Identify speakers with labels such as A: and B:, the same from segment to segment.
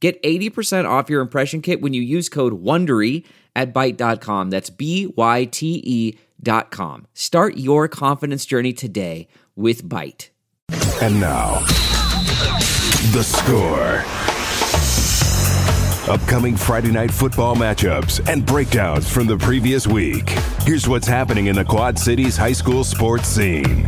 A: Get 80% off your impression kit when you use code WONDERY at Byte.com. That's b y t e dot com. Start your confidence journey today with Byte.
B: And now, the score. Upcoming Friday night football matchups and breakdowns from the previous week. Here's what's happening in the Quad Cities high school sports scene.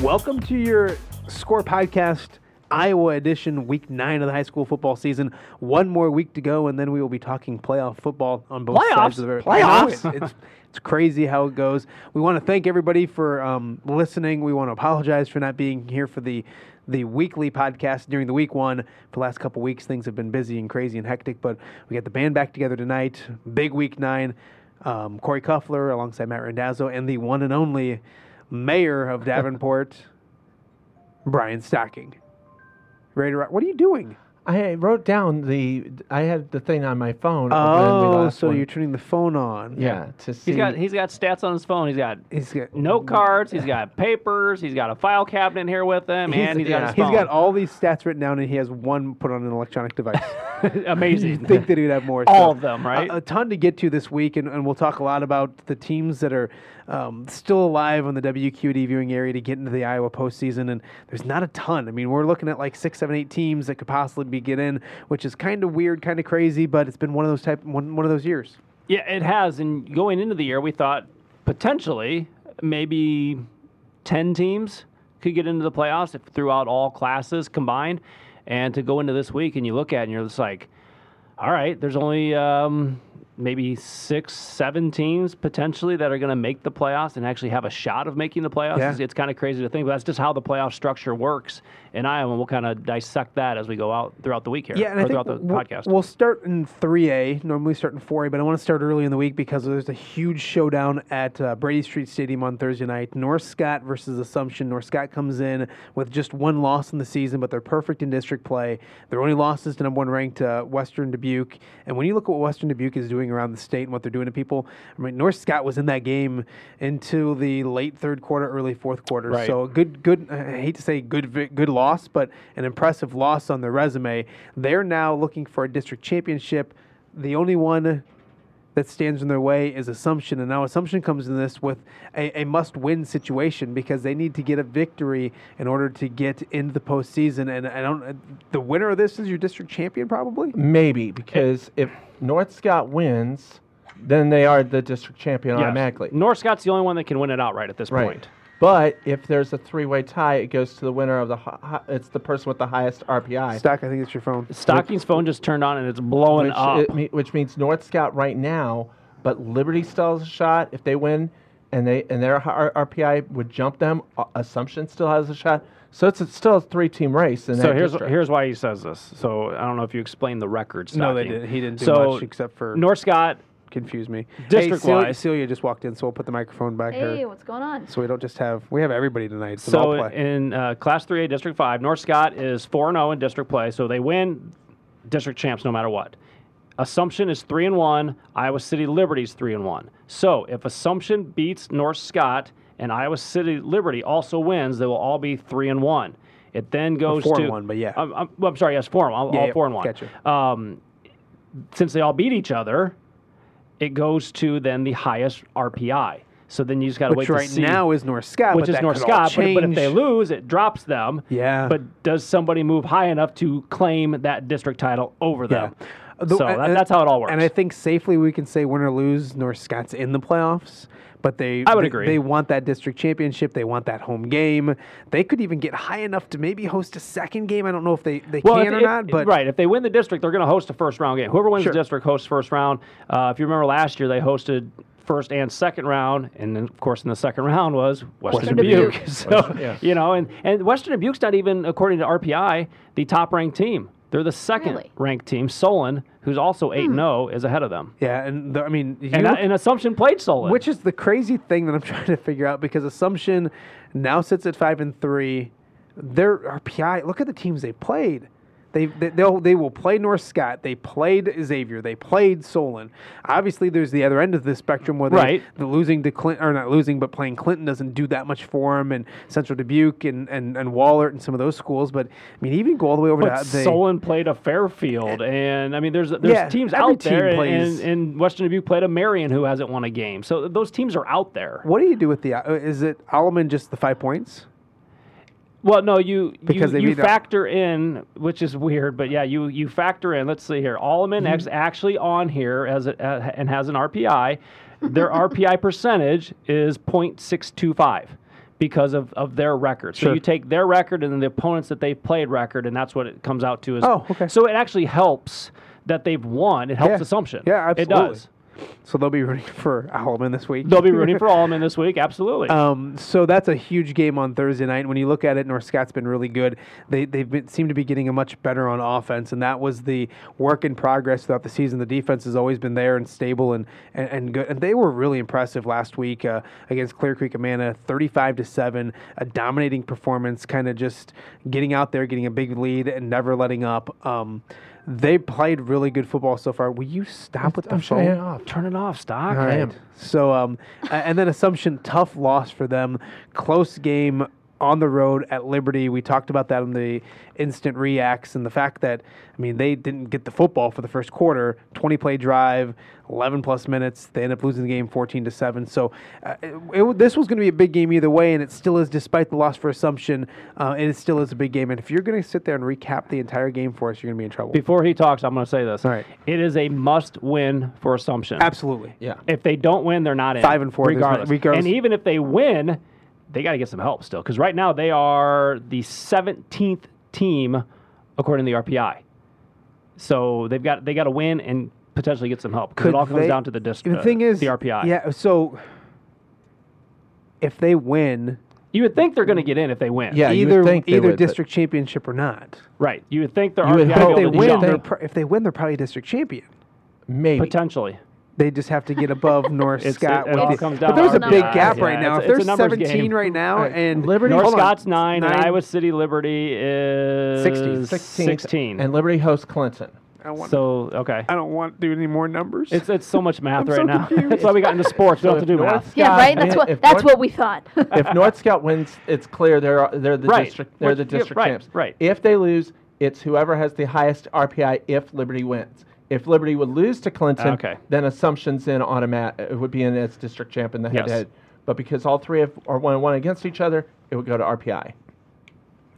C: Welcome to your Score Podcast Iowa edition, week nine of the high school football season. One more week to go, and then we will be talking playoff football on both sides of the
D: Playoffs?
C: I know,
D: Playoffs?
C: it- It's, it's crazy how it goes. We want to thank everybody for um, listening. We want to apologize for not being here for the the weekly podcast during the week one. For the last couple weeks, things have been busy and crazy and hectic, but we got the band back together tonight. Big week nine. Um, Corey Cuffler alongside Matt Randazzo and the one and only mayor of Davenport, Brian Stocking. Ready to rock? What are you doing?
D: I wrote down the. I had the thing on my phone. of when we
C: Oh,
D: lost
C: so
D: one.
C: you're turning the phone on.
D: yeah to see.
E: He's got he's got stats on his phone. He's got
C: He's got
E: note cards. He's got papers. He's got a file cabinet here with him, and he's got his
C: he's
E: phone.
C: got all these stats written down, and he has one put on an electronic device.
E: amazing.
C: You'd think that he'd have more.
E: All
C: so,
E: of them, right?
C: A, a ton to get to this week, and, and we'll talk a lot about the teams that are um, still alive on the WQD viewing area to get into the Iowa postseason. And there's not a ton. I mean, we're looking at like six, seven, eight teams that could possibly be get in, which is kind of weird, kind of crazy, but it's been one of those type one, one of those years.
E: Yeah, it has. And going into the year, we thought potentially maybe 10 teams could get into the playoffs if, throughout all classes combined. And to go into this week and you look at it and you're just like, all right, there's only um, maybe six, seven teams potentially that are going to make the playoffs and actually have a shot of making the playoffs.
C: Yeah.
E: It's, it's kind of crazy to think, but that's just how the playoff structure works in Iowa. And we'll kind of dissect that as we go out throughout the week here,
C: Yeah, and
E: or
C: I think
E: throughout the
C: we'll,
E: podcast.
C: we'll start in 3A. Normally start in 4A, but I want to start early in the week because there's a huge showdown at uh, Brady Street Stadium on Thursday night. North Scott versus Assumption. North Scott comes in with just one loss in the season, but they're perfect in district play. Their only losses to number one ranked uh, Western Dubuque. And when you look at what Western Dubuque is doing around the state and what they're doing to people, I mean, North Scott was in that game until the late third quarter, early fourth quarter.
E: Right.
C: So a good, good. I hate to say good, vi- good loss, but an impressive loss on their resume. They're now looking for a district championship. The only one that stands in their way is Assumption, and now Assumption comes in this with a, a must-win situation because they need to get a victory in order to get into the postseason. And I don't. The winner of this is your district champion, probably.
D: Mm. maybe because if North Scott wins, then they are the district champion
E: Yes.
D: automatically.
E: North Scott's the only one that can win it outright at this
D: right.
E: point.
D: But if there's a three-way tie, it goes to the winner of the. hi- hi- It's the person with the highest RPI.
C: Stock, I think it's your phone.
E: Stocking's phone just turned on and it's blowing
D: which,
E: up.
D: it me- which means North Scout right now, but Liberty still has a shot if they win, and they and their R- RPI would jump them. A- Assumption still has a shot, so it's, it's still a three-team race. In
E: so
D: that
E: here's
D: district.
E: here's why he says this. So I don't know if you explained the record. Stocking.
C: No, they didn't. He didn't do
E: so
C: much except for
E: North Scott.
C: confuse me. Hey,
E: District-wise.
C: Celia, Celia just walked in, so we'll put the microphone back here.
F: Hey, what's going on?
C: So we don't just have we have everybody tonight. It's an all
E: So
C: play.
E: in uh, Class 3A District 5, North Scott is 4 0 in district play. So they win district champs no matter what. Assumption is 3 and 1. Iowa City Liberty's 3 and 1. So if Assumption beats North Scott and Iowa City Liberty also wins, they will all be 3 and 1. It then goes
C: four
E: to
C: and one, but yeah.
E: I'm, I'm, well, I'm sorry, yes, 4 and 1. All,
C: Yeah,
E: all
C: yeah,
E: 4 and 1.
C: gotcha.
E: Um, since they all beat each other, it goes to then the highest RPI. So then you just got to wait
C: which
E: to
C: right
E: see
C: now is North Scott,
E: which
C: but
E: is
C: that
E: North
C: could all
E: Scott. But, but if they
C: change.
E: lose, it drops them.
C: Yeah.
E: But does somebody move high enough to claim that district title over them?
C: Uh, the-
E: so
C: and-
E: that,
C: and-
E: that's how it all works.
C: And I think safely we can say win or lose, North Scott's in the playoffs. But they,
E: I would
C: they,
E: agree.
C: They want that district championship. They want that home game. They could even get high enough to maybe host a second game. I don't know if they, they
E: well,
C: can
E: if-
C: or
E: if-
C: not, but
E: right, if they win the district, they're going to host a first round game. Whoever wins
C: Sure.
E: the district hosts first round. Uh, if you remember last year, they hosted first and second round, and then of course in the second round was
D: Western
E: Western, Dubuque.
D: Dubuque.
E: So you know, and and Western Dubuque's not even according to RPI the top ranked team. They're the second
F: Really?
E: ranked team. Solon, who's also eight and zero, is ahead of them.
C: Yeah, and the, I mean, you
E: And, that- and Assumption played Solon.
C: Which is the crazy thing that I'm trying to figure out because Assumption now sits at five and three. Their RPI. Look at the teams they played. They they they'll, they will play North Scott. They played Xavier. They played Solon. Obviously, there's the other end of the spectrum where they,
E: Right.
C: the losing to Clinton or not losing, but playing Clinton doesn't do that much for them, and Central Dubuque and and and Wallert and some of those schools. But I mean, even go all the way over
E: But
C: to they,
E: Solon played a Fairfield, and I mean, there's there's
C: Yeah,
E: teams
C: every
E: out there,
C: team
E: and-
C: plays-
E: and, and Western Dubuque played a Marion who hasn't won a game. So those teams are out there.
C: What do you do with the? uh, Is it Alleman just the five points?
E: Well, no, you
C: Because
E: you,
C: they
E: you
C: beat up-
E: factor in, which is weird, but yeah, you you factor in. Let's see here, Allman is
C: Mm-hmm.
E: actually on here as a, uh, and has an RPI. Their RPI percentage is 0.625 because of, of their record. So
C: Sure.
E: you take their record and then the opponents that they've played record, and that's what it comes out to. Is,
C: Oh, okay.
E: So it actually helps that they've won. It helps
C: Yeah.
E: Assumption.
C: Yeah,
E: It
C: absolutely.
E: does.
C: So they'll be rooting for Alleman this week.
E: They'll be rooting for Allman this week. Absolutely.
C: Um, so that's a huge game on Thursday night. When you look at it, North Scott's been really good. They they've been, seem to be getting a much better on offense, and that was the work in progress throughout the season. The defense has always been there and stable and and, and good. And they were really impressive last week uh, against Clear Creek Amana, thirty-five to seven, a dominating performance. Kind of just getting out there, getting a big lead, and never letting up. Um, they played really good football so far. Will you stop with the
D: I'm
C: phone?
D: shutting it off.
E: Oh, Turn it off, Stock.
C: All right. So, um, a- and then Assumption, tough loss for them. Close game on the road at Liberty. We talked about that in the instant reacts and the fact that, I mean, they didn't get the football for the first quarter. 20 play drive, 11 plus minutes. They end up losing the game 14 to 7. So, uh, it, it, this was going to be a big game either way, and it still is, despite the loss for Assumption, uh, it still is a big game. And if you're going to sit there and recap the entire game for us, you're going to be in trouble.
E: Before he talks, I'm going to say this.
C: All right.
E: It is a must win for Assumption.
C: Absolutely.
D: Yeah.
E: If they don't win, they're not in.
C: Five and four, there's no-
E: Regardless.
C: regardless.
E: And even if they win, they got to get some help still. Because right now, they are the 17th team according to the RPI. So they've got they got to win and potentially get some help. Because it
C: Could
E: all comes
C: they-
E: down to the dis-
C: The
E: uh,
C: thing is,
E: the RPI.
C: Yeah, so if they win,
E: You would think they're going to get in if they win.
D: Yeah, you would
C: either
D: think they
C: either
D: would, but-
C: district championship or not.
E: Right. You would think their
D: You
E: RPI
D: would
E: would
D: hope
E: be
C: If they
E: able to
D: would
C: win,
E: jump.
C: they're
D: think.
C: pro- if they win, they're probably district champion.
D: Maybe.
E: Potentially.
C: They just have to get above North
E: It's-
C: Scott.
E: it all
C: with the-
E: comes
C: but
E: down
C: there's
F: to
C: a big
F: numbers.
C: gap
E: Yeah,
C: right now.
E: it's-
C: If
E: it's
C: they're
E: a numbers
C: 17
E: game.
C: right now,
D: All right.
C: and
D: Liberty-
E: North
C: hold on.
E: Scott's nine, and
C: Nine.
E: Iowa City Liberty is
C: 16.
D: 16th,
E: 16.
D: And Liberty hosts Clinton.
C: I, want,
E: So okay,
C: I don't want to do any more numbers.
E: it's it's so much math
C: I'm
E: right
C: so
E: now.
C: confused.
E: That's why we got into sports. We don't have to do math.
F: Yeah,
D: Scott,
F: right. That's
D: if-
F: what
D: if
F: that's
D: North-
F: what we thought.
D: if North Scout wins, it's clear they're they're the
E: Right.
D: district they're the
E: Yeah,
D: district
E: right,
D: champs.
E: right.
D: If they lose, it's whoever has the highest RPI. If Liberty wins, if Liberty would lose to Clinton,
E: Okay.
D: then Assumption's in automatic would be in as district champ in the
E: Yes.
D: head to head. But because all three have, are one and one against each other, it would go to RPI.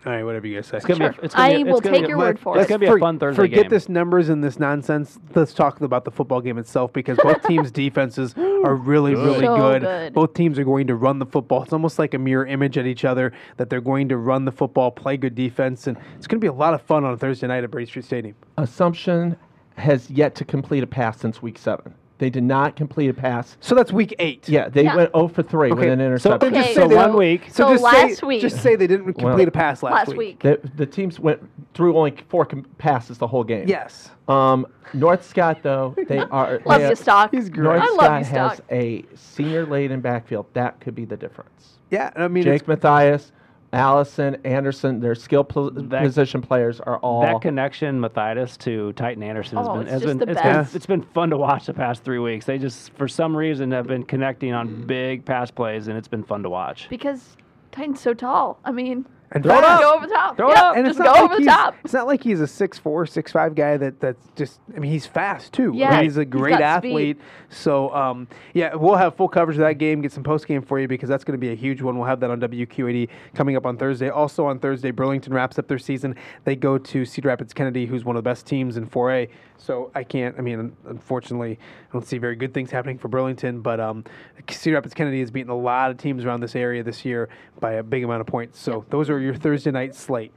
C: all right, whatever you guys say.
E: It's gonna be. A, it's gonna
F: I
E: be a- it's
F: will
E: gonna be
F: take
E: a-
F: your word for
E: It's
F: it.
E: gonna be a
C: For-
E: fun Thursday
C: Forget
E: game.
C: this numbers and this nonsense. Let's talk about the football game itself because both teams' defenses are really, really
F: So
C: good.
F: good.
C: Both teams are going to run the football. It's almost like a mirror image at each other that they're going to run the football, play good defense, and it's going to be a lot of fun on Thursday night at Brady Street Stadium.
D: Assumption has yet to complete a pass since week seven. They did not complete a pass.
C: So that's week eight.
D: Yeah, they
F: Yeah.
D: went 0 for 3
C: Okay,
D: with an
C: so
D: interception.
C: Just
F: Okay,
C: say they
E: one
C: don't-
E: week.
F: So,
C: just
F: last
C: say,
F: week,
C: just say they didn't complete a pass last,
F: last week,
D: The, the teams went through only four com- passes the whole game.
C: Yes.
D: Um, North Scott, though, they are.
F: love
D: they
F: you, Stock.
C: He's great.
D: North
F: I love
D: Scott
F: you,
D: has
F: Stock.
D: a senior laden backfield. That could be the difference.
C: Yeah. I mean, it's
D: Jake Matthias, Allison, Anderson, their skill pl-
E: That-
D: position players are all.
E: That connection, Matthias to Titan Anderson, has
F: Oh,
E: been
F: it's
E: has
F: just
E: been,
F: the
E: it's been
F: best.
E: it's been fun to watch the past three weeks. They just for some reason have been connecting
C: Mm-hmm.
E: on big pass plays, and it's been fun to watch.
F: because Titan's so tall. I mean,
C: And
F: just
C: throw it up.
F: go over the top.
E: Throw it
F: Yep,
E: up.
C: and it's
F: just go
C: not like
F: over the
C: he's,
F: top.
C: It's not like he's a six four, six five guy that that's just. I mean, he's fast too. I mean,
F: Yeah,
C: he's a
F: he's
C: great
F: got
C: athlete. So, um, yeah, we'll have full coverage of that game. Get some post game for you because that's going to be a huge one. We'll have that on WQAD coming up on Thursday. Also on Thursday, Burlington wraps up their season. They go to Cedar Rapids Kennedy, who's one of the best teams in 4A. So I can't. I mean, unfortunately, I don't see very good things happening for Burlington. But um, Cedar Rapids Kennedy has beaten a lot of teams around this area this year by a big amount of points. So those are your Thursday night slate.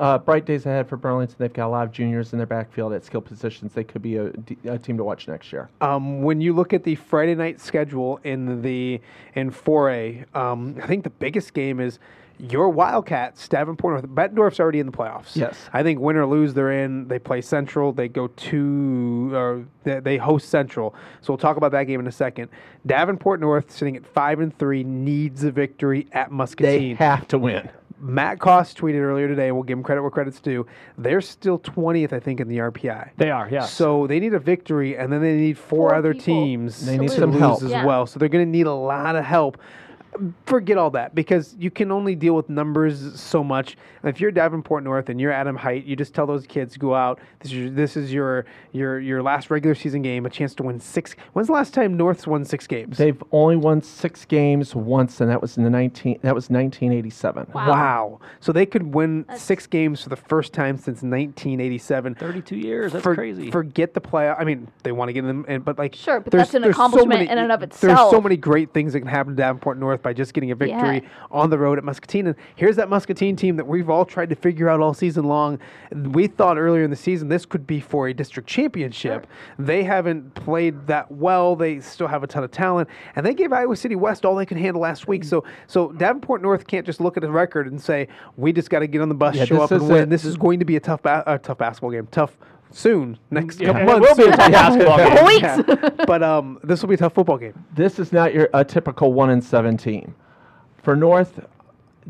D: uh, bright days ahead for Burlington. They've got a lot of juniors in their backfield at skill positions. They could be a, d- a team to watch next year.
C: Um, when you look at the Friday night schedule in the in foray, um, I think the biggest game is your Wildcats, Davenport North. Bettendorf's already in the playoffs.
D: Yes.
C: I think win or lose, they're in. They play Central. They go to or they, they host Central. So we'll talk about that game in a second. Davenport North, sitting at five and three, needs a victory at
D: They
C: Muscatine.
D: have to win.
C: Matt Cost tweeted earlier today. We'll give him credit where credit's due. They're still twentieth, I think, in the RPI.
E: They are, yes.
C: So they need a victory, and then they need four,
F: Four
C: other
F: people.
C: teams
D: They need
C: to
D: some
C: lose
D: help.
C: as
F: Yeah.
C: well. So they're going to need a lot of help. Forget all that because you can only deal with numbers so much. If you're Davenport North and you're Adam Height, you just tell those kids go out. This is your, this is your your your last regular season game, a chance to win six. When's the last time North's won six games?
D: They've only won six games once, and that was in the nineteen. That was nineteen eighty-seven.
F: Wow.
C: wow. So they could win six games for the first time since 1987.
E: 32 years. That's
C: for-
E: crazy.
C: Forget the playoff. I mean, they want to get them, in, but like
F: Sure, but
C: there's-
F: that's an
C: there's so
F: accomplishment
C: many-
F: in and of
C: There's so
F: itself.
C: many great things that can happen to Davenport North by just getting a victory on the road at Muscatine. And here's that Muscatine team that we've all tried to figure out all season long. We thought earlier in the season this could be for a district championship. They haven't played that well. They still have a ton of talent, and they gave Iowa City West all they could handle last week. So, so Davenport North can't just look at the record and say we just got to get on the bus,
D: Yeah,
C: show
D: this
C: up, and
D: is
C: win.
D: a-
C: This is going to be a tough, ba- a tough basketball game. Tough soon, next
E: Yeah,
C: couple
E: it
C: months.
E: will be a tough basketball game.
F: Couple weeks.
C: Yeah. But um, this will be a tough football game.
D: This is not your a typical one and seven team. For North,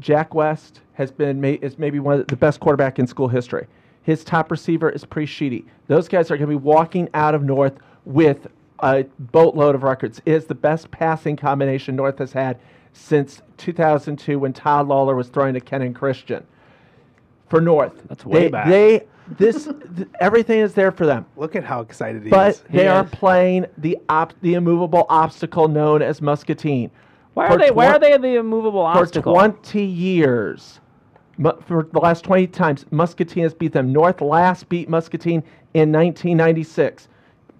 D: Jack West has been ma- is maybe one of the best quarterback in school history. His top receiver is Pre Sheedy. Those guys are going to be walking out of North with a boatload of records. It is the best passing combination North has had since 2002 when Todd Lawler was throwing to Kenan Christian. For North,
E: That's way
D: they,
E: back.
D: They this th- everything is there for them.
C: Look at how excited he
D: But
C: is.
D: they are
E: is.
D: playing the op- the immovable obstacle known as Muscatine.
E: why
D: For
E: are they? Why
D: twen-
E: are they the immovable obstacle?
D: For 20 years, mu- for the last 20 times, Muscatine has beat them. North last beat Muscatine in 1996.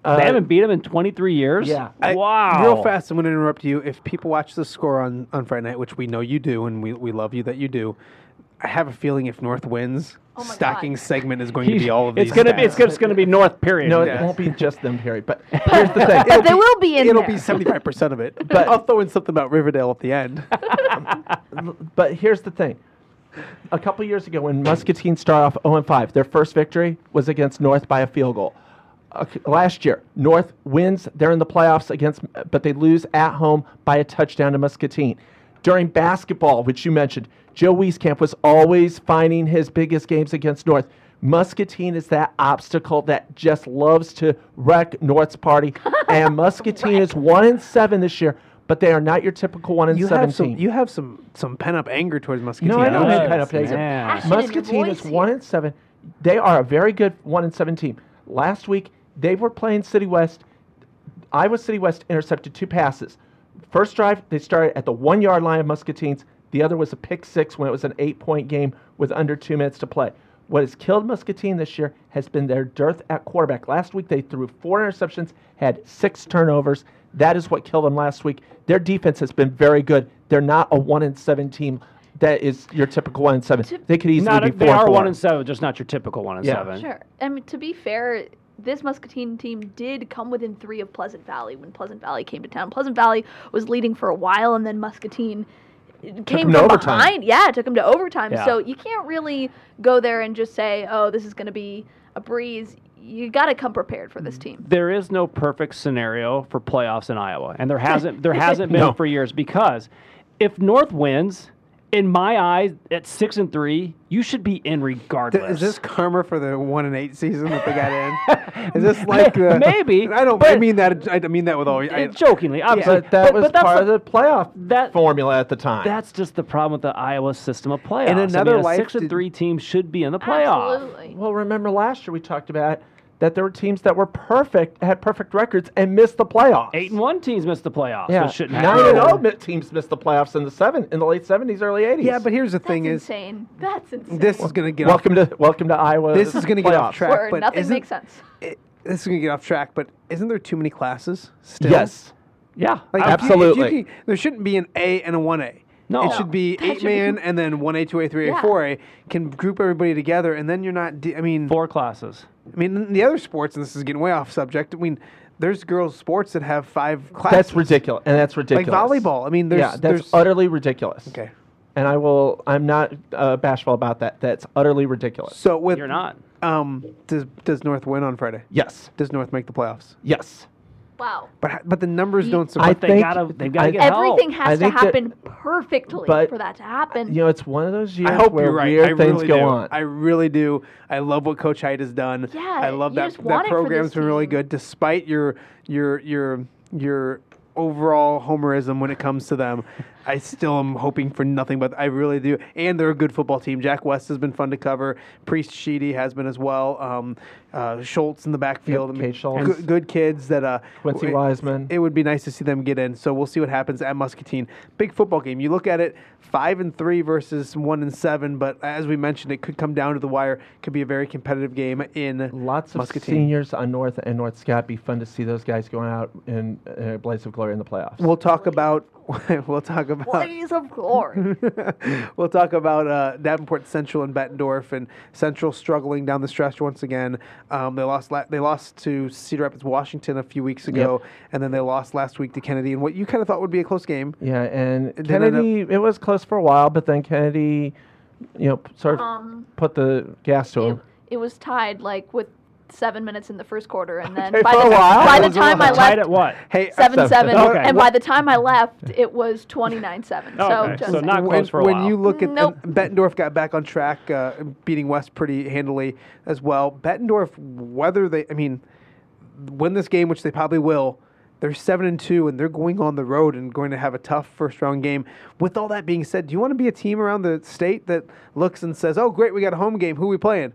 D: Uh,
E: they haven't beat them in 23 years.
D: Yeah.
C: I-
E: wow.
C: Real fast, I'm going to interrupt you. If people watch the score on, on Friday night, which we know you do, and we, we love you that you do, I have a feeling if North wins,
F: Oh my
C: stocking
F: God.
C: segment is going to be all of these.
E: It's gonna be.
C: stats.
E: It's, gonna- it's gonna be North. Period.
D: no,
C: Yes.
D: it won't be just them, Harry. But here's the thing.
F: But they will be in
C: It'll
F: there.
C: be 75% of it. But I'll throw in something about Riverdale at the end.
D: but here's the thing. A couple years ago, when Muscatine started off 0 5, their first victory was against North by a field goal. Uh, c- last year, North wins. They're in the playoffs against, but they lose at home by a touchdown to Muscatine. During basketball, which you mentioned, Joe Wieskamp was always finding his biggest games against North. Muscatine is that obstacle that just loves to wreck North's party, and Muscatine is one and seven this year. But they are not your typical one and
C: You
D: seven
C: have, some,
D: team.
C: you have some, some pent up anger towards Muscatine.
D: No, I don't
E: Yes,
D: have pent up
E: man.
D: anger.
E: Passion
F: in your
D: Muscatine is
F: voice
D: one
F: here.
D: and seven. They are a very good one and seven team. Last week they were playing City West. Iowa City West intercepted two passes. First drive they started at the one yard line of Muscatine's. The other was a pick six when it was an eight point game with under two minutes to play. What has killed Muscatine this year has been their dearth at quarterback. Last week they threw four interceptions, had six turnovers. That is what killed them last week. Their defense has been very good. They're not a one and seven team that is your typical one and seven. They could easily
E: Not
D: be
E: a,
D: four.
E: they are
D: four.
E: one and seven, just not your typical one and
D: Yeah.
E: seven.
F: Sure. I mean, to be fair, this Muscatine team did come within three of Pleasant Valley when Pleasant Valley came to town. Pleasant Valley was leading for a while, and then Muscatine
D: to
F: came from
D: overtime.
F: behind. Yeah, took them to overtime.
E: Yeah.
F: So you can't really go there and just say, "Oh, this is going to be a breeze." You got to come prepared for this team.
E: there is no perfect scenario for playoffs in Iowa, and there hasn't there hasn't been for years because if North wins, in my eyes, at six and three, you should be in
C: Th-
E: regardless.
C: Is this karma for the one and eight season that they got in? Is this like the
E: Maybe,
C: I don't. I
E: but-
C: mean that. I mean that with all. I,
E: Uh, jokingly, obviously,
D: But that
E: but-
D: was
E: but that's
D: part of
E: the-
D: the playoff
E: that-
D: formula at the time.
E: That's just the problem with the Iowa system of playoffs.
C: In
E: I
C: another
E: mean, a
C: life,
E: six and
C: did-
E: three team should be in the playoff.
F: Absolutely.
D: well, remember last year we talked about that there were teams that were perfect, had perfect records, and missed the playoffs.
E: Eight and one teams missed the playoffs.
D: yeah,
E: That shouldn't
D: nine
E: happen.
D: and oh mi- teams missed the playoffs in the seven in the late seventies, early eighties.
C: yeah, but here's the
F: That's
C: thing: is
F: insane. That's insane.
C: this is gonna get
D: welcome to welcome to Iowa.
C: off, this is gonna get off
D: playoffs.
C: track.
F: Word,
C: but
F: nothing
C: isn't-
F: makes sense.
C: it- this is gonna get off track. But isn't there too many classes? Still?
D: Yes,
E: Yeah,
C: Like, if you- if
E: I-
C: you
D: Absolutely.
C: can- there shouldn't be an A and a one A.
E: No.
C: It should be
F: That
C: eight
F: should be-
C: man and then one A, two A, three A,
F: Yeah.
C: four A can group everybody together, and then you're not. De- I mean,
E: Four classes.
C: I mean in the other sports, and this is getting way off subject. I mean, there's girls' sports that have five classes.
D: That's ridiculous, and that's ridiculous.
C: volleyball. I mean, there's-
D: yeah, that's
C: there's-
D: utterly ridiculous.
C: Okay,
D: and I will. I'm not uh, bashful about that. That's utterly ridiculous.
C: so with
E: You're not.
C: Um, does does North win on Friday?
D: Yes,
C: Does North make the playoffs?
D: yes.
F: Wow.
C: But h- but the numbers
F: Ye-
C: don't
E: But
D: I
C: support.
E: they
D: think-
E: gotta. They gotta
D: I-
E: get help.
F: Everything
D: I
F: has to
D: think that-
F: happen perfectly
D: but-
F: for that to happen.
D: You know, it's one of those years
C: I hope
D: where
C: you're right.
D: weird
C: I
D: things
C: really
D: go
C: do.
D: on.
C: I really do. I love what Coach Hyde has done.
F: Yeah,
C: I love
F: you
C: that
F: just want
C: that
F: it for this
C: program's been really
F: team.
C: good, despite your your your your overall homerism when it comes to them. I still am hoping for nothing, but I really do. And they're a good football team. Jack West has been fun to cover. Priest Sheedy has been as well. Um, uh, Schultz in the backfield.
D: Yep,
C: I mean,
D: Kay Schultz.
C: good, good kids that uh,
D: Quincy
C: w-
D: Wiseman.
C: it would be nice to see them get in. So we'll see what happens at Muscatine. Big football game. You look at it, five and three versus one and seven. But as we mentioned, it could come down to the wire. Could be a very competitive game in
D: Lots of
C: Muscatine.
D: seniors on North and North Scott. Be fun to see those guys going out in uh, blaze of glory in the playoffs.
C: We'll talk about. we'll talk about.
F: Blaze of glory.
C: we'll talk about uh, Davenport Central and Bettendorf, and Central struggling down the stretch once again. Um, they lost. La- they lost to Cedar Rapids, Washington, a few weeks ago, and then they lost last week to Kennedy. And what you kind of thought would be a close game.
D: yeah, and
C: then it-
D: Kennedy. It was close for a while, but then Kennedy, you know, sort of
F: Um,
D: put the gas to him.
F: it, it was tied like with seven minutes in the first quarter, and then
C: Okay,
F: by,
C: for
F: the,
C: a while,
F: by
C: it
F: the
C: was a
F: time I
C: little
E: Tied
F: left,
E: at what?
C: Hey,
F: seven seven,
E: Okay.
F: and by the time I left, it was twenty nine seven.
C: Oh,
F: So
E: Okay,
F: just
E: so not
C: when,
E: close for a
C: when
E: while.
C: you look at
F: Nope.
C: and Bettendorf got back on track, uh, beating West pretty handily as well. Bettendorf, whether they, I mean, win this game, which they probably will. They're seven and two, and they're going on the road and going to have a tough first round game. With all that being said, do you want to be a team around the state that looks and says, "Oh, great, we got a home game. Who we playing?"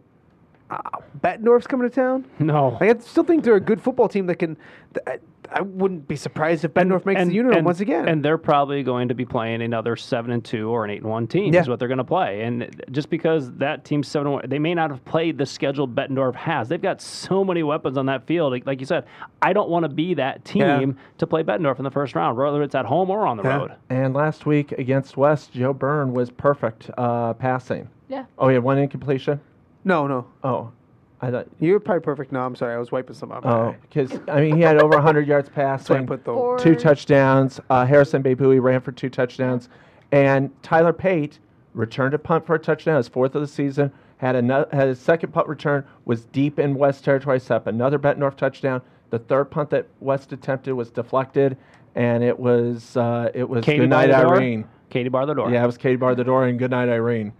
C: Uh, Bettendorf's coming to town.
E: No.
C: Like, I still think they're a good football team that can. th- I, I wouldn't be surprised if Bettendorf makes the unit once again.
E: And they're probably going to be playing another seven and two or an eight and one team
C: Yeah.
E: is what they're going to play. And just because that team's seven and one, they may not have played the schedule Bettendorf has. They've got so many weapons on that field. Like, like you said, I don't want to be that team
C: Yeah.
E: to play Bettendorf in the first round, whether it's at home or on the
C: Yeah.
E: road.
D: And last week against West, Joe Byrne was perfect uh, passing.
F: yeah.
D: Oh, he had one incompletion.
C: no, no,
D: Oh, I thought.
C: You're probably perfect. No, I'm sorry. I was wiping some up.
D: Oh, because I mean, he had over 100 yards
C: So I
D: passing,
C: put the.
F: Or-
D: two touchdowns. Uh, Harrison Babui ran for two touchdowns, and Tyler Pate returned a punt for a touchdown. His fourth of the season had another had his second punt return was deep in West territory. Set up another Bettendorf touchdown. The third punt that West attempted was deflected, and it was uh, it was
E: Katie
D: good
E: bar
D: night
E: the door.
D: Irene.
E: Katie bar the door.
D: Yeah, it was Katie bar the door and good night Irene.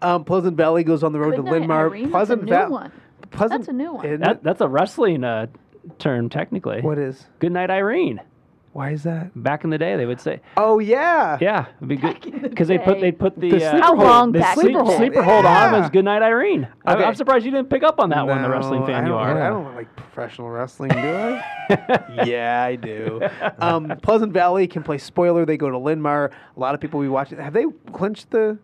C: um, Pleasant Valley goes on the road
F: Good
C: to
F: night,
C: Linmar.
F: Irene. That's a
C: Pleasant
F: new
C: Valley.
F: one.
C: Pleasant.
F: That's a new one.
C: isn't
E: That,
C: it?
E: that's a wrestling uh, term technically.
C: what is?
E: Good night, Irene.
C: Why is that?
E: Back in the day, they would say,
C: Oh yeah.
E: "Yeah, it'd be
F: Back in the
E: good," because they put
F: day.
E: they put the,
C: The
E: uh,
C: sleeper How
F: hold. long back in the
E: sleeper
F: day?
E: hold, sleeper hold on
C: Yeah.
E: was "Good Night, Irene." I,
C: Okay.
E: I'm surprised you didn't pick up on that one, the
C: No,
E: wrestling
C: I
E: fan you
C: don't-
E: are.
C: I don't like professional wrestling, do I? yeah, I do. Um, Pleasant Valley can play spoiler. They go to Linmar. A lot of people will be watching. Have they clinched the,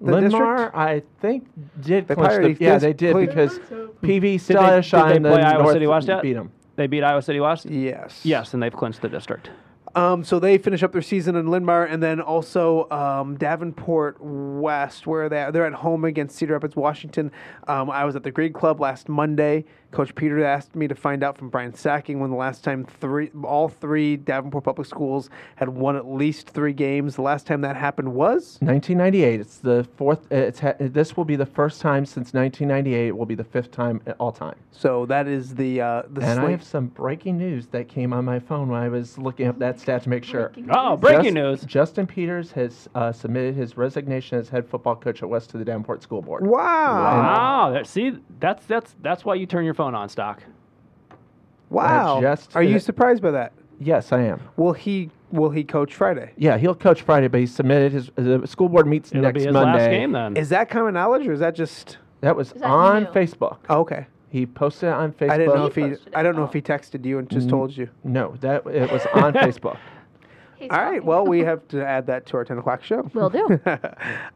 C: the
D: Linmar,
C: district?
D: I think, did
C: They
D: clinch
C: probably
D: the, yeah,
C: just
D: they did
C: played-
D: because PV still
E: they-
D: had a
E: did
D: shot
E: they
D: and
E: play
D: then
E: Iowa
D: North
E: City West yet?
D: beat them.
E: They beat Iowa City West.
C: Yes.
E: Yes, and they've clinched the district.
C: Um, so they finish up their season in Linmar, and then also um, Davenport West, where they they're at home against Cedar Rapids, Washington. Um, I was at the Grade Club last Monday. Coach Peter asked me to find out from Brian Sacking when the last time three all three Davenport Public Schools had won at least three games. The last time that happened was
D: 1998. It's the fourth. uh, It's ha- this will be the first time since 1998. It will be the fifth time uh, all time.
C: so that is the uh, the
D: And I
C: slate.
D: have some breaking news that came on my phone when I was looking up that stat to make sure.
E: Oh, breaking
D: Just-
E: news!
D: Justin Peters has uh, submitted his resignation as head football coach at West to the Davenport School Board.
C: Wow!
E: Wow, Oh, that, see, that's that's that's why you turn your phone on, Stock.
C: Wow!
D: Uh, just-
C: Are you
D: uh,
C: surprised by that?
D: Yes, I am.
C: Will he will he coach Friday?
D: Yeah, he'll coach Friday, but he submitted his. The school board meets
E: It'll
D: next
E: be his
D: Monday.
E: last game then.
C: Is that common knowledge, or is that just
D: That was
F: Is that
D: on
F: new?
D: Facebook.
C: oh, okay?
D: He posted it on Facebook.
C: I didn't know if
F: He
C: he.
F: posted it.
C: I don't know
F: Oh.
C: if he texted you and just told you.
D: No, that it was on Facebook.
F: case.
C: All right. Well, we have to add that to our 10 o'clock show.
F: will do.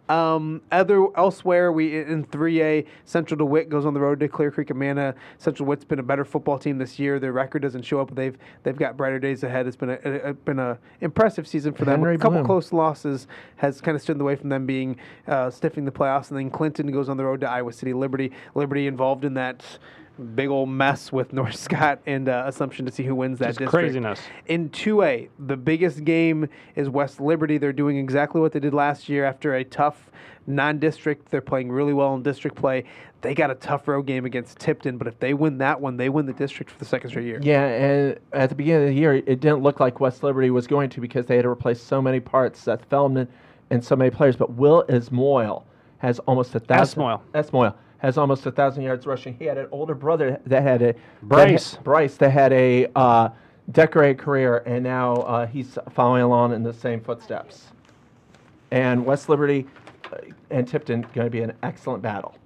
C: um, other elsewhere, we in 3A, Central DeWitt goes on the road to Clear Creek Amana. Central DeWitt's been a better football team this year. Their record doesn't show up. They've they've got brighter days ahead. It's been a, a, a- been a impressive season for them.
D: Henry
C: a couple
D: Bloom.
C: close losses has kind of stood in the way from them being uh, stiffing the playoffs. And then Clinton goes on the road to Iowa City Liberty. Liberty involved in that. Big old mess with North Scott and uh, Assumption to see who wins that
E: Just
C: district.
E: craziness.
C: In 2A, the biggest game is West Liberty. They're doing exactly what they did last year after a tough non district. They're playing really well in district play. They got a tough road game against Tipton, but if they win that one, they win the district for the second straight year.
D: Yeah, and at the beginning of the year, it didn't look like West Liberty was going to because they had to replace so many parts, Seth Feldman, and so many players. But Will Ismoil has almost a thousand.
E: Esmoil.
D: Esmoil has almost a thousand yards rushing. He had an older brother that had a
E: Bryce.
D: that ha- Bryce that had a uh, decorated career, and now uh, he's following along in the same footsteps. And West Liberty uh, and Tipton going to be an excellent battle.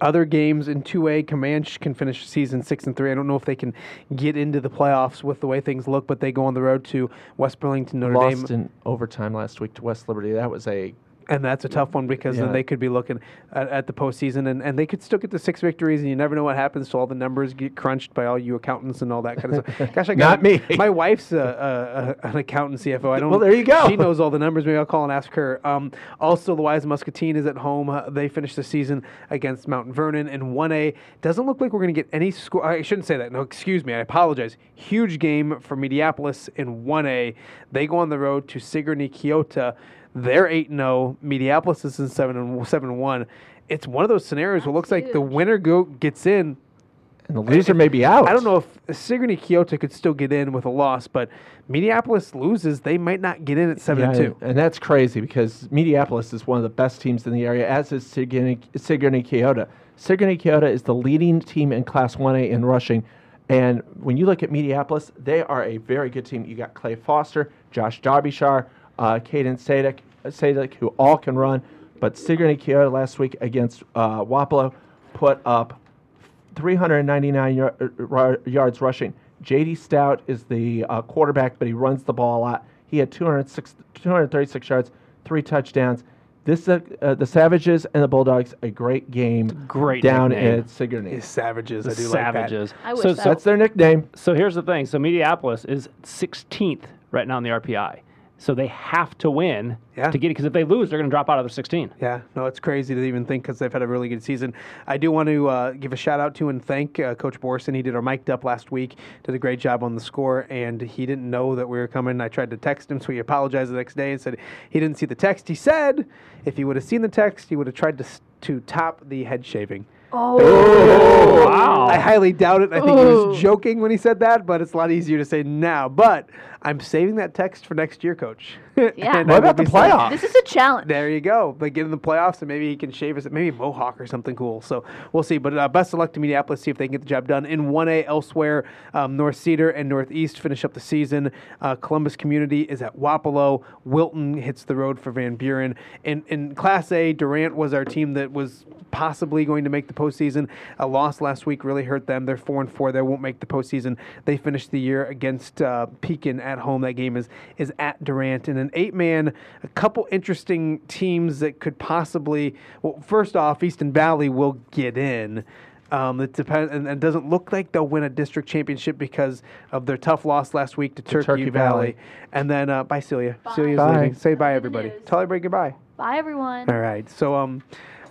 C: Other games in 2A, Comanche can finish season 6 and 3. I don't know if they can get into the playoffs with the way things look, but they go on the road to West Burlington, Notre Dame.
D: Lost in overtime last week to West Liberty. That was a
C: And that's a tough one because then
D: Yeah.
C: they could be looking at, at the postseason and, and they could still get the six victories and you never know what happens. So all the numbers get crunched by all you accountants and all that kind of stuff. Gosh, I got-
D: Not me.
C: My wife's a, a, a, an accountant CFO. I don't.
D: Well, there you go.
C: She knows all the numbers. Maybe I'll call and ask her. Um, also, the Wise Muscatine is at home. Uh, they finished the season against Mount Vernon in 1A. Doesn't look like we're going to get any score. I shouldn't say that. No, excuse me. I apologize. Huge game for Mediapolis in 1A. They go on the road to Sigourney Kyoto. They're 8 0. Mediapolis is in 7 and 7 1. It's one of those scenarios where it looks like the
F: huge.
C: winner go, gets in,
D: and the loser may be out.
C: I don't know if Sigourney Kyoto could still get in with a loss, but Minneapolis loses, they might not get in at seven and
D: Yeah,
C: two.
D: And, and that's crazy because Mediapolis is one of the best teams in the area, as is Sigourney, Sigourney Kyoto. Sigourney Kyoto is the leading team in Class 1A in rushing. And when you look at Mediapolis, they are a very good team. You got Clay Foster, Josh Derbyshire, uh, Caden Sadek, Sadek, who all can run. But Sigourney Kyoto last week against uh, Wapello put up 399 yar- r- yards rushing. JD Stout is the uh, quarterback, but he runs the ball a lot. He had 206, 236 yards, three touchdowns. This uh, uh, the Savages and the Bulldogs a great game.
E: great
D: down
E: nickname.
D: at Sigourney.
C: Savages, I do like
E: Savages.
F: I wish
E: so,
F: that
E: so,
D: That's their nickname.
E: so here's the thing. So Mediapolis is 16th right now in the RPI. So they have to win
C: Yeah.
E: to get it because if they lose, they're going to drop out of the 16.
C: that. Yeah, no, it's crazy to even think because they've had a really good season. I do want to uh, give a shout out to and thank uh, Coach Borson. He did our mic'd up last week, did a great job on the score, and he didn't know that we were coming. I tried to text him, so he apologized the next day and said he didn't see the text. He said if he would have seen the text, he would have tried to s- to top the head shaving.
E: Oh, wow.
C: I highly doubt it. I think he was joking when he said that, but it's a lot easier to say now. But I'm saving that text for next year, coach.
F: Yeah.
C: And
F: What
C: I
D: about
C: will
D: the
C: be saying-
D: playoffs?
F: This is a challenge.
C: There you go. Like get in the playoffs, and maybe he can shave his maybe a mohawk or something cool. So we'll see. But uh, best of luck to Minneapolis. See if they can get the job done in 1A. Elsewhere, um, North Cedar and Northeast finish up the season. Uh, Columbus Community is at Wapello. Wilton hits the road for Van Buren. In in Class A, Durant was our team that was possibly going to make the postseason. A loss last week really hurt them. They're four and four. They won't make the postseason. They finished the year against uh, Pekin at home. That game is is at Durant. And an eight man, a couple interesting teams that could possibly. Well, first off, Easton Valley will get in. Um, it depends, and and it doesn't look like they'll win a district championship because of their tough loss last week to Turkey,
D: Turkey
C: Valley.
D: Valley.
C: And then, uh, bye, Celia. Celia's
D: Bye.
C: leaving. Say
F: Bye
C: bye,
F: to the
C: everybody.
F: news.
C: Tell everybody goodbye.
F: Bye, everyone.
C: All right. So um,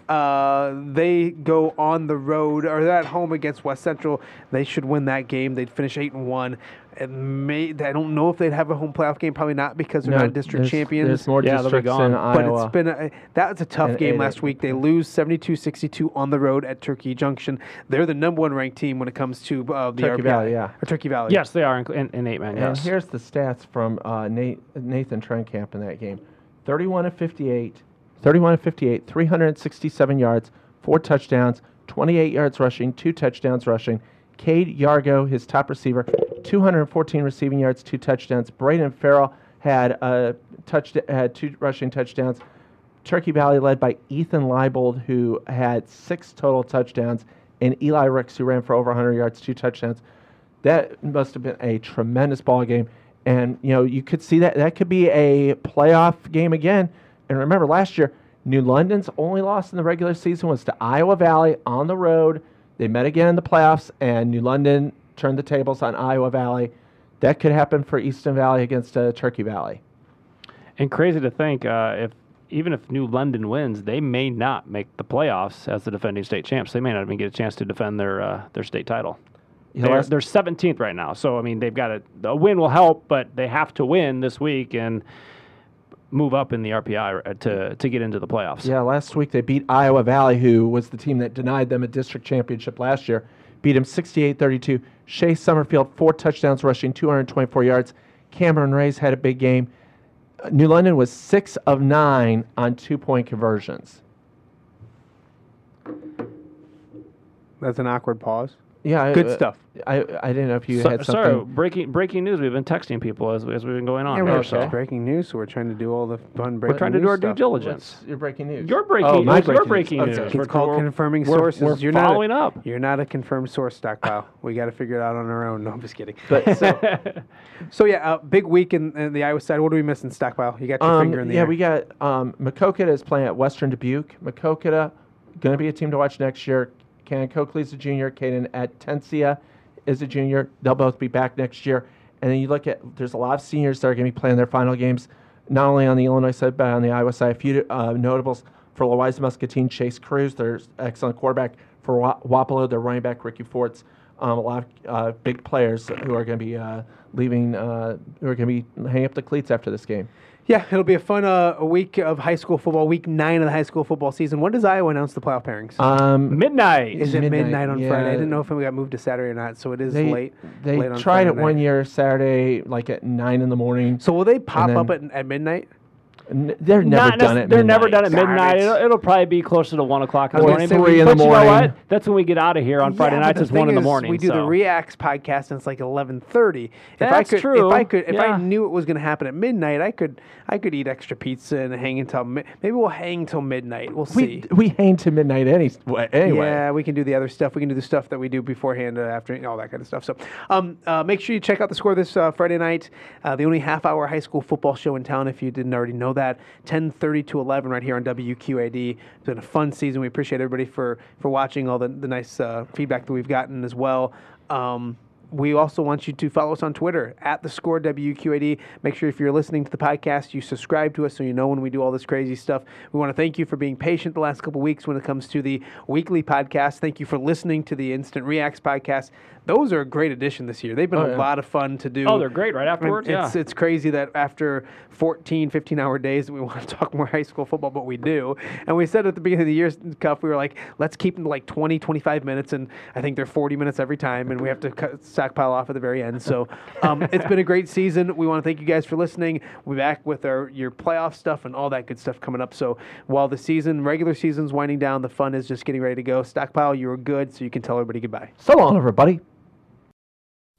C: uh, they go on the road or they're at home against West Central. They should win that game. They'd finish eight and one. It may I don't know if they'd have a home playoff game. Probably not because they're not district
D: there's-
C: champions.
D: There's more
E: Yeah, they'll be
D: districts
E: gone.
D: in
E: But
C: But
D: Iowa.
C: it's been a, that was a tough
D: And
C: game
D: eight-
C: last week. They lose 72-62 on the road at Turkey Junction. They're the number one ranked team when it comes to uh, the
D: Turkey
C: RPI.
D: Valley, yeah.
C: Or Turkey Valley.
E: Yes, they are in, in, in eight man.
D: And
E: Yes.
D: here's the stats from uh, Nate, Nathan Trenkamp in that game 31 of 58, 31 of 58, 367 yards, four touchdowns, 28 yards rushing, two touchdowns rushing. Cade Yargo, his top receiver, 214 receiving yards, two touchdowns. Braden Farrell had, uh, touched, had two rushing touchdowns. Turkey Valley led by Ethan Leibold, who had six total touchdowns, and Eli Ricks, who ran for over 100 yards, two touchdowns. That must have been a tremendous ball game. And you know, you could see that that could be a playoff game again. And remember, last year, New London's only loss in the regular season was to Iowa Valley on the road. They met again in the playoffs, and New London turned the tables on Iowa Valley. That could happen for Easton Valley against uh, Turkey Valley.
E: And crazy to think, uh, if even if New London wins, they may not make the playoffs as the defending state champs. They may not even get a chance to defend their uh, their state title.
D: You know,
E: They're,
D: last-
E: they're 17th right now, so I mean they've got a, a win will help, but they have to win this week and move up in the RPI r- uh, to to get into the playoffs.
D: Yeah, last week they beat Iowa Valley, who was the team that denied them a district championship last year. Beat them 68 32. Shea Summerfield, four touchdowns rushing, 224 yards. Cameron Reyes had a big game. Uh, New London was six of nine on two point conversions.
C: That's an awkward pause.
D: Yeah, I-
C: Good
D: uh,
C: stuff.
D: I, I didn't know if you
E: So-
D: had something.
E: sorry, breaking breaking news. We've been texting people as, as we've been going on.
D: Yeah, we're
E: here,
D: okay.
E: so.
C: It's breaking news, so we're trying to do all the fun breaking
E: We're trying to do
C: news
E: our
C: stuff.
E: due diligence.
D: You're breaking news.
E: You're breaking.
D: Oh, my
E: news. You're
D: breaking
E: breaking
D: news.
E: news.
D: Okay.
C: It's
E: We're-
C: called
E: we're-
C: confirming
E: we're-
C: sources.
E: We're
C: you're
E: following
C: not,
E: up.
C: You're not a confirmed source stockpile. we got to figure it out on our own. No, I'm just kidding.
D: But so,
C: So yeah, uh, big week in, in the Iowa side. What do we miss in stockpile? You got your
D: Um,
C: finger in the
D: yeah,
C: air.
D: we got um, Makokita is playing at Western Dubuque. Makokita going to be a team to watch next year. Cannon Coakley is a junior. Caden Atencia is a junior. They'll both be back next year. And then you look at there's a lot of seniors that are going to be playing their final games, not only on the Illinois side but on the Iowa side. A few uh, notables for Loiza Muscatine, Chase Cruz, their excellent quarterback for Wa- Wapello, their running back Ricky Forts. Um, a lot of uh, big players who are going to be uh, leaving, uh, who are going to be hanging up the cleats after this game.
C: yeah, it'll be a fun uh, a week of high school football. Week nine of the high school football season. When does Iowa announce the playoff pairings?
D: Um,
E: Midnight.
C: is it midnight,
D: midnight,
C: on
D: yeah.
C: Friday? I didn't know if we got moved to Saturday or not, so it is
D: they
C: late.
D: they
C: late on
D: tried it
C: Friday
D: one
C: night.
D: year Saturday, like at nine in the morning.
C: So will they pop
D: And
C: up at,
D: then-
C: at midnight?
D: N- they're never
E: Not
D: done
E: nec-
D: it.
E: They're never done at
C: Darn
E: midnight.
C: it.
E: It'll, it'll probably be closer to one o'clock in the
D: Or
E: morning.
D: three in
E: but
D: the
E: you know
D: morning.
E: what? That's when we get out of here on Friday
C: Yeah, but
E: nights.
C: the
E: It's one
C: thing
E: in the
C: is,
E: morning.
C: We do the
E: so.
C: reacts podcast, and it's like eleven thirty. if I
E: That's
C: could,
E: true,
C: If I could, if I
E: yeah.
C: knew it was going to happen at midnight, I could, I could eat extra pizza and hang until mi- maybe we'll hang till midnight. We'll
D: We
C: see.
D: we hang to midnight any way, anyway.
C: Yeah, we can do the other stuff. We can do the stuff that we do beforehand, uh, after, and all that kind of stuff. So, um, uh, make sure you check out the score this uh, Friday night. Uh, the only half-hour high school football show in town. If you didn't already know that, ten thirty to eleven, right here on WQAD. It's been a fun season. We appreciate everybody for for watching all the the nice uh, feedback that we've gotten as well. Um, we also want you to follow us on Twitter at the score WQAD. Make sure if you're listening to the podcast, you subscribe to us so you know when we do all this crazy stuff. We want to thank you for being patient the last couple weeks when it comes to the weekly podcast. Thank you for listening to the Instant Reacts podcast. Those are a great addition this year. They've been a
D: yeah.
C: lot of fun to do.
E: Oh, they're great right
C: And
E: afterwards,
C: It's,
E: yeah.
C: it's crazy that after 14, 15 hour days, we want to talk more high school football, but we do. And we said at the beginning of the year, Cuff, we were like, let's keep them to like 20, 25 minutes. And I think they're 40 minutes every time. And we have to cut, stockpile off at the very end. So um, it's been a great season. We want to thank you guys for listening. We'll be back with our your playoff stuff and all that good stuff coming up. So while the season, regular season's winding down, the fun is just getting ready to go. Stockpile, you were good. So you can tell everybody goodbye.
D: So long, everybody.